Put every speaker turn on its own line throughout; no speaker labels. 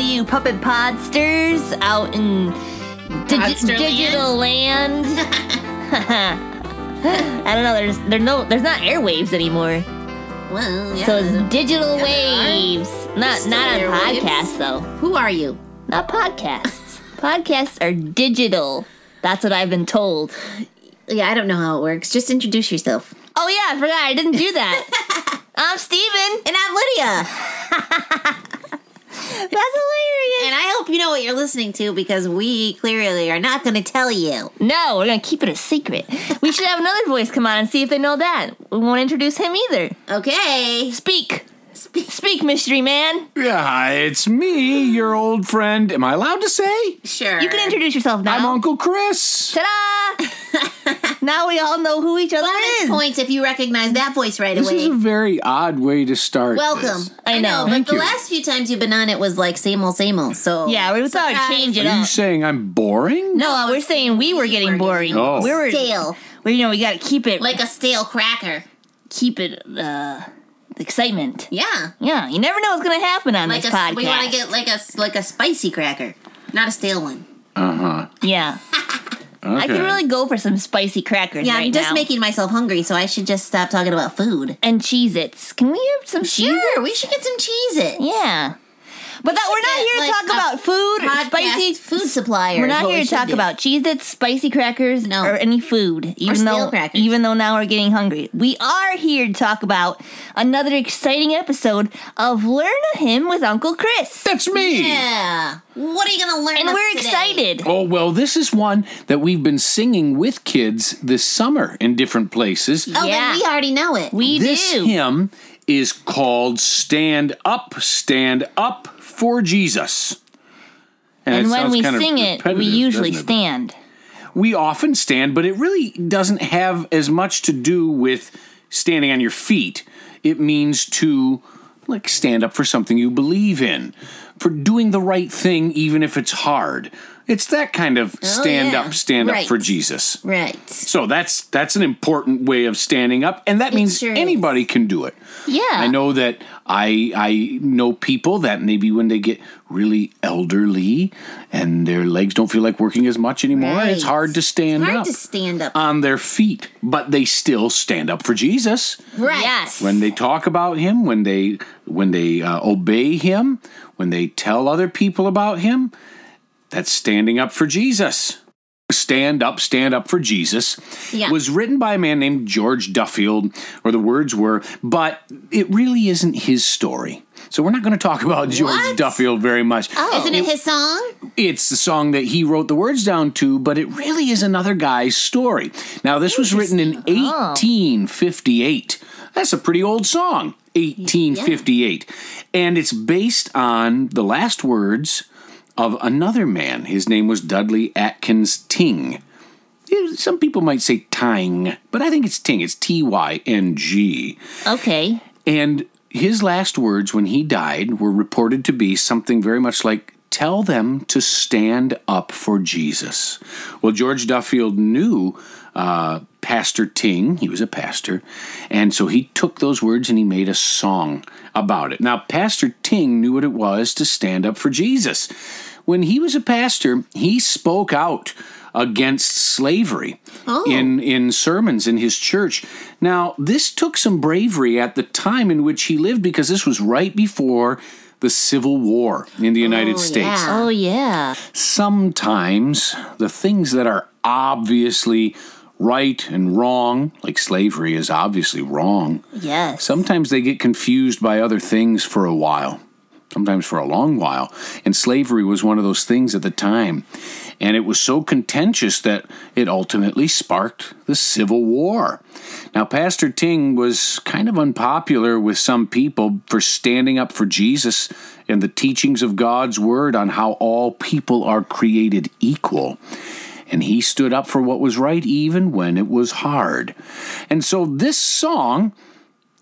you puppet podsters out in dig-
Podster
digital land. I don't know. There's there's no there's not airwaves anymore,
Well, yeah.
so it's digital
Yeah, there are.
waves. Not
Still
not on
airwaves.
podcasts though.
Who are you?
Not podcasts. podcasts are digital. That's what I've been told.
Yeah, I don't know how it works. Just introduce yourself.
Oh yeah, I forgot. I didn't do that. I'm Steven.
And I'm Lydia.
That's hilarious.
And I hope you know what you're listening to because we clearly are not going to tell you.
No, we're gonna keep it a secret. We should have another voice come on and see if they know that. We won't introduce him either.
Okay.
Speak. Speak, Speak mystery man.
Yeah, it's me, your old friend. Am I allowed to say?
Sure.
You can introduce yourself now.
I'm Uncle Chris.
Ta-da! now we all know who each other
Bonus
is.
points if you recognize that voice right
This is
away.
a very odd way to start.
Welcome.
this.
I know.
but
Thank
the
you.
last few times you've been on, it was like same old, same old. So
Yeah, we thought
Surprise.
we'd change it
Are you
up.
saying I'm boring?
No, we're saying we were getting
getting
boring.
Oh.
We were,
stale,
we, you know, we gotta keep it,
like a stale cracker.
keep it, uh, excitement.
Yeah,
Yeah, you never know what's gonna happen on
like
this
a
podcast.
we want to get like a like a spicy cracker, not a stale one.
Uh huh.
yeah, I could really go for some spicy crackers
Yeah,
right
I'm just
now.
making myself hungry, so I should just stop talking about food.
and Cheez-Its. Can we have some Cheez-Its?
Sure, we should get some cheese. It.
Yeah. But that we're not
get,
here to
like,
talk
a
about food, or
Podcast
spicy.
food supplier.
We're
is
not
what we
here to
should
talk
do.
about Cheez-Its, spicy crackers,
No.
or any food. Even
stale
though,
crackers.
even though now we're getting hungry, we are here to talk about another exciting episode of Learn a Hymn with Uncle Chris,
That's me.
Yeah. What are you gonna learn?
and
us
we're
today?
excited.
Oh, well, this is one that we've been singing with kids this summer in different places.
Oh,
Yeah.
then we already know it.
We
this
do.
hymn is called Stand Up, Stand Up for Jesus.
and
it
when
sounds
we
kind of
sing it, we
repetitive,
usually
doesn't it?
stand.
We often stand, but it really doesn't have as much to do with standing on your feet. It means to like stand up for something you believe in, for doing the right thing even if it's hard. It's that kind of stand
Oh, yeah.
up, stand
Right.
up for Jesus.
right.
So that's that's an important way of standing up, and that means
sure is.
anybody can do it.
Yeah.
I know that I I know people that maybe when they get really elderly and their legs don't feel like working as much anymore,
Right.
it's hard to stand
Hard
up
to stand up.
on their feet, but they still stand up for Jesus.
right.
Yes.
When they talk about him, when they when they uh, obey him, when they tell other people about him, that's standing up for Jesus. Stand up, stand up for Jesus
Yeah.
was written by a man named George Duffield, or the words were, but it really isn't his story. So we're not going to talk about George
What? Oh.
Duffield very much.
Isn't
Oh.
it his song?
It's the song that he wrote the words down to, but it really is another guy's story. Now, this was written in 1858. That's a pretty old song, 1858. And it's based on the last words of another man. His name was Dudley Atkins Ting. Eh, Some people might say Tyng, but I think it's Ting. It's T Y N G.
okay.
And his last words when he died were reported to be something very much like, Tell them to stand up for Jesus. Well, George Duffield knew uh, Pastor Ting, he was a pastor, and so he took those words and he made a song about it. Now, Pastor Ting knew what it was to stand up for Jesus. When he was a pastor, he spoke out against slavery
Oh.
in in sermons in his church. Now, this took some bravery at the time in which he lived because this was right before the Civil War in the United States.
yeah.
Oh yeah.
Sometimes the things that are obviously right and wrong, like slavery is obviously wrong,
Yes.
sometimes they get confused by other things for a while, sometimes for a long while. And slavery was one of those things at the time. And it was so contentious that it ultimately sparked the Civil War. Now, Pastor Ting was kind of unpopular with some people for standing up for Jesus and the teachings of God's Word on how all people are created equal and he stood up for what was right even when it was hard. And so this song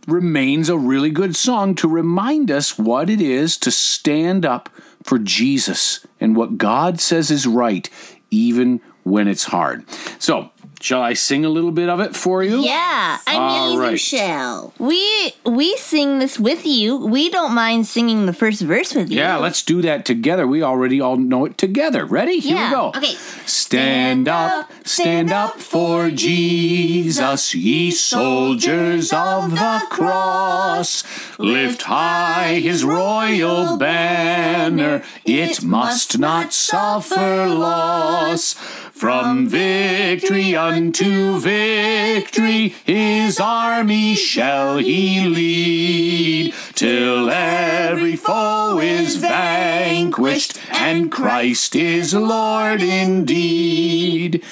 remains a really good song to remind us what it is to stand up for Jesus and what God says is right even when it's hard. So, Shall I sing a little bit of it for you?
Yeah, I
All
mean,
right.
you shall.
We we sing this with you. We don't mind singing the first verse with you.
Yeah, let's do that together. We already all know it together. Ready? Here
Yeah,
we go.
Okay.
Stand up, stand up for Jesus, ye soldiers of the cross. Lift high his royal banner, it must not suffer loss. From victory unto victory, his army shall he lead, till every foe is vanquished and Christ is Lord indeed.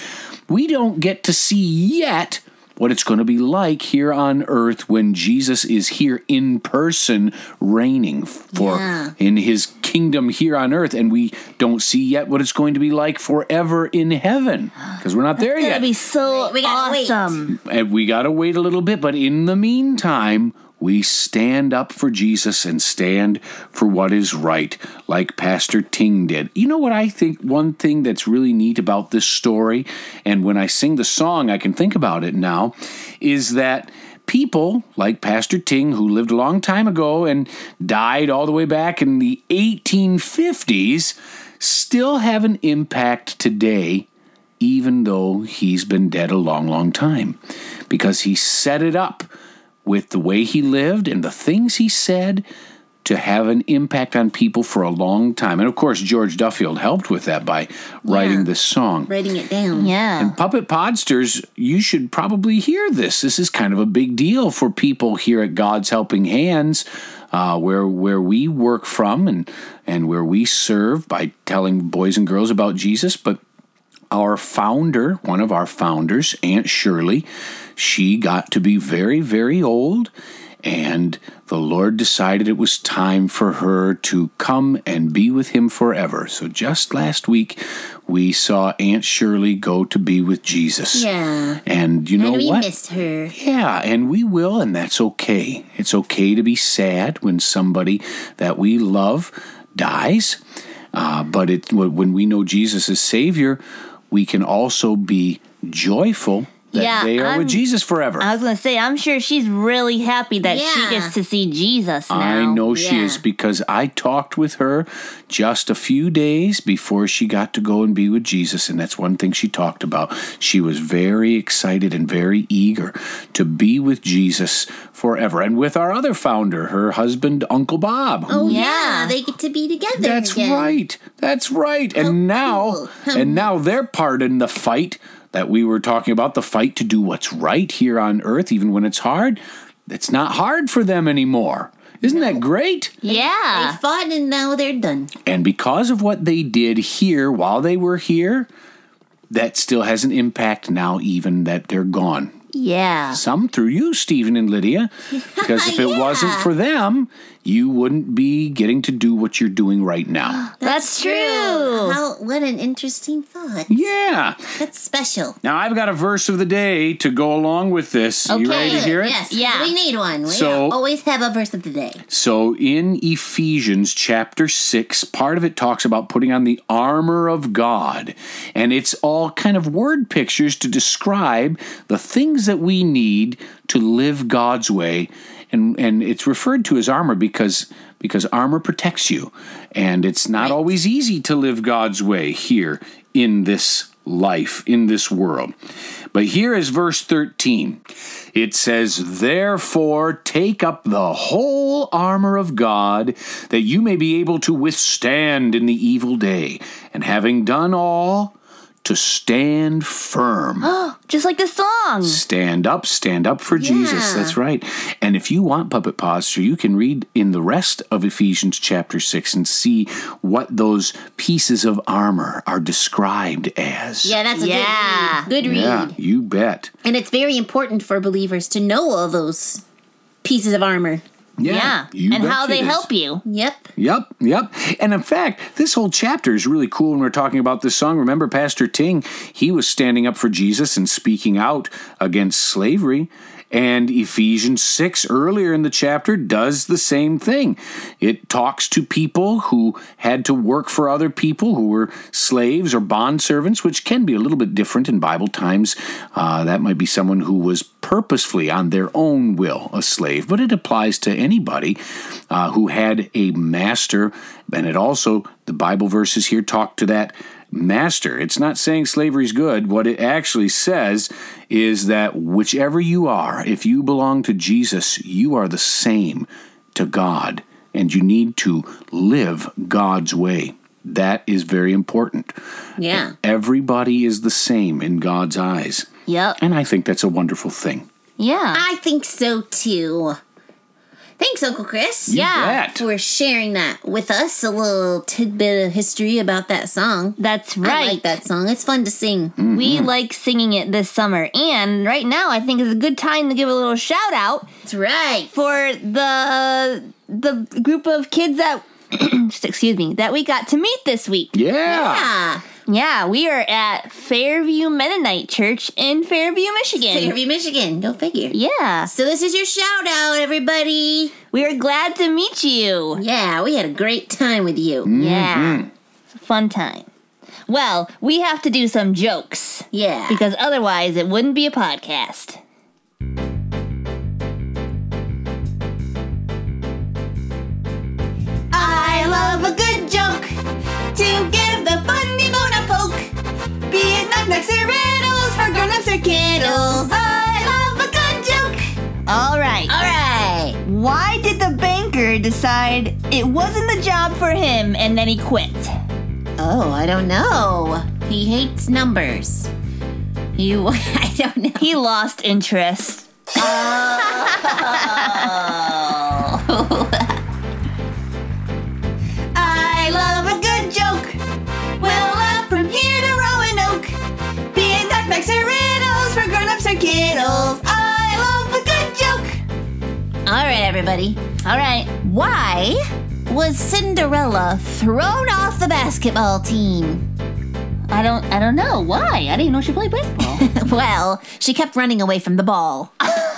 We don't get to see yet what it's going to be like here on earth when Jesus is here in person reigning for
Yeah.
in his kingdom here on earth and we don't see yet what it's going to be like forever in heaven because we're not there
It's
yet.
gonna be so
We gotta wait.
awesome.
and we got to wait a little bit, but in the meantime, we stand up for Jesus and stand for what is right, like Pastor Ting did. You know what I think? One thing that's really neat about this story, and when I sing the song, I can think about it now, is that people like Pastor Ting, who lived a long time ago and died all the way back in the 1850s, still have an impact today even though he's been dead a long, long time, because he set it up with the way he lived and the things he said to have an impact on people for a long time. And of course, George Duffield helped with that by writing this song.
Writing it down.
Yeah.
Puppet Podsters, you should probably hear this. This is kind of a big deal for people here at God's Helping Hands, uh, where where we work from and and where we serve by telling boys and girls about Jesus. But our founder, one of our founders, Aunt Shirley, she got to be very very old. And the Lord decided it was time for her to come and be with Him forever. So just last week, we saw Aunt Shirley go to be with Jesus.
Yeah.
And you know
And we
what?
missed her.
Yeah, and we will, and that's okay. It's okay to be sad when somebody that we love dies. Uh, but it, when we know Jesus is Savior, we can also be joyful that
Yeah,
they are
I'm-
with Jesus forever.
I was gonna say, I'm sure she's really happy that she
Yeah.
gets to see Jesus now.
I know she
Yeah.
is because I talked with her just a few days before she got to go and be with Jesus, and that's one thing she talked about. She was very excited and very eager to be with Jesus forever, and with our other founder, her husband, Uncle Bob. who-
Oh,
Yeah.
yeah. They get to be together.
that's
again.
right. That's right. and now,
Oh, cool.
and now they're part in the fight that we were talking about the fight to do what's right here on earth, even when it's hard. It's not hard for them anymore. Isn't that great?
They
Yeah.
fought and now they're done.
And because of what they did here while they were here, that still has an impact now, even that they're gone.
Yeah.
Some through you, Stephen and Lydia, because if it wasn't for them, you wouldn't be getting to do what you're doing right now.
That's true.
How, what an interesting thought.
Yeah.
That's special.
Now I've got a verse of the day to go along with this. You ready to
Okay.
hear it?
Yes.
Yeah.
We need one. We
So-
always have a verse of the day.
So in Ephesians chapter 6, part of it talks about putting on the armor of God. And it's all kind of word pictures to describe the things that we need to live God's way. And and it's referred to as armor because because armor protects you. And it's not always easy to live God's way here in this life, in this world. But here is verse 13. It says, Therefore, take up the whole armor of God, that you may be able to withstand in the evil day, and having done all, to stand firm.
Just like the song.
Stand up, stand up for Jesus.
Yeah.
That's right. And if you want puppet posture, you can read in the rest of Ephesians chapter 6 and see what those pieces of armor are described as.
Yeah, that's a
Yeah.
good read. Good read.
Yeah, you bet.
And it's very important for believers to know all those pieces of armor.
Yeah.
you
and
bet
how
it
they
is.
help you.
Yep.
Yep, yep. And in fact, this whole chapter is really cool when we're talking about this song. Remember, Pastor Ting, he was standing up for Jesus and speaking out against slavery. And Ephesians 6, earlier in the chapter, does the same thing. It talks to people who had to work for other people, who were slaves or bondservants, which can be a little bit different in Bible times. Uh, that might be someone who was purposefully, on their own will, a slave, but it applies to anybody uh, who had a master. And it also, the Bible verses here talk to that master. It's not saying slavery's good. What it actually says is that whichever you are, if you belong to Jesus, you are the same to God, and you need to live God's way. That is very important.
Yeah.
Everybody is the same in God's eyes.
Yep.
And I think that's a wonderful thing.
Yeah.
I think so too. Thanks, Uncle Chris.
Yeah.
bet.
For sharing that with us, a little tidbit of history about that song.
That's right. Mm.
I like that song. It's fun to sing.
We like singing it this summer. And right now, I think is a good time to give a little shout out
That's right.
for the the group of kids that excuse me that we got to meet this week.
Yeah.
yeah.
Yeah, we are at Fairview Mennonite Church in Fairview, Michigan.
Fairview, Michigan. Go figure.
Yeah,
So this is your shout out, everybody.
we are glad to meet you.
Yeah, we had a great time with you.
Mm. Yeah, it's a fun time. Well, we have to do some jokes
Yeah.
because otherwise it wouldn't be a podcast.
I love a good joke to give the funny bone a poke. Be it knickknacks or riddles for grown-ups or kiddles. I love a good joke.
All right.
All right.
Why did the banker decide it wasn't the job for him and then he quit?
Oh, I don't know. He hates numbers. You, I don't know.
He lost interest.
Oh. I love a good joke. We'll laugh from here to Roanoke. Be it knockbacks or riddles for grown-ups or kiddles. I love a good joke. All right, everybody.
All right.
Why was Cinderella thrown off the basketball team?
I don't I don't know why. I didn't know she played baseball.
well, she kept running away from the ball.
yeah,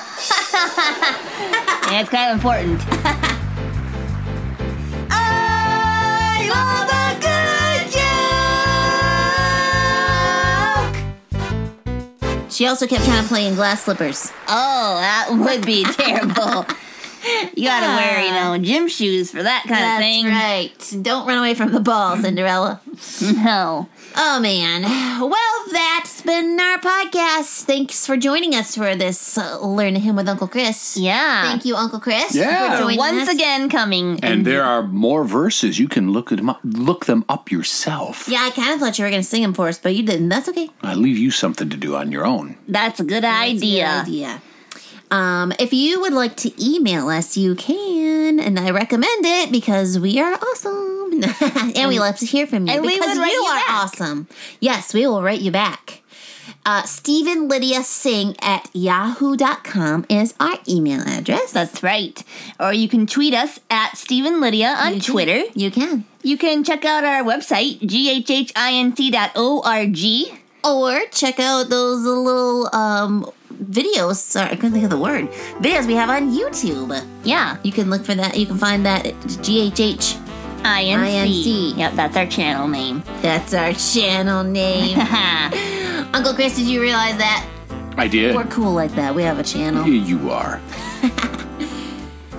it's kind of important.
I love a good joke. She also kept trying to play in glass slippers.
Oh, that would be terrible. You gotta wear, you know, gym shoes for that kind
That's
of thing.
right. Don't run away from the ball, Cinderella.
No.
Oh man. Well, that's been our podcast. Thanks for joining us for this uh, Learn a Hymn with Uncle Chris.
Yeah.
Thank you, Uncle Chris. For
Yeah.
joining
Once
us.
again coming.
And there are more verses. You can look them up, look them up yourself.
Yeah, I kind of thought you were going to sing him for us, but you didn't. That's okay.
I leave you something to do on your own.
That's a good idea.
That's a good idea. Um, if you would like to email us, you can, and I recommend it because we are awesome, and we love to hear from you
And we
because
would write
you
you
are
back.
awesome. Yes, we will write you back. Uh, Stephen Lydia Singh at yahoo.com is our email address.
That's right. Or you can tweet us at Stephen Lydia on Twitter.
You can.
You can check out our website, ghhinc.org.
Or check out those little um, videos. Sorry, I couldn't think of the word. Videos we have on YouTube.
Yeah,
You can look for that. You can find that at GHH
INC.
INC.
Yep, that's our channel name.
That's our channel name.
Haha.
Uncle Chris, did you realize that?
I did.
We're cool like that. We have a
Yeah,
channel.
You are.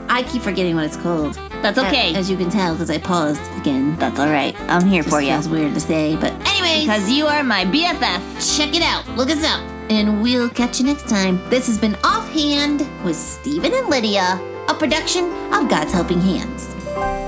I keep forgetting what it's called.
that's okay.
As you can tell, because I paused again.
that's all right. I'm here for
This
you.
feels weird to say, but anyways,
Because you are my BFF.
check it out. Look us up. And we'll catch you next time. This has been Offhand with Stephen and Lydia, a production of God's Helping Hands.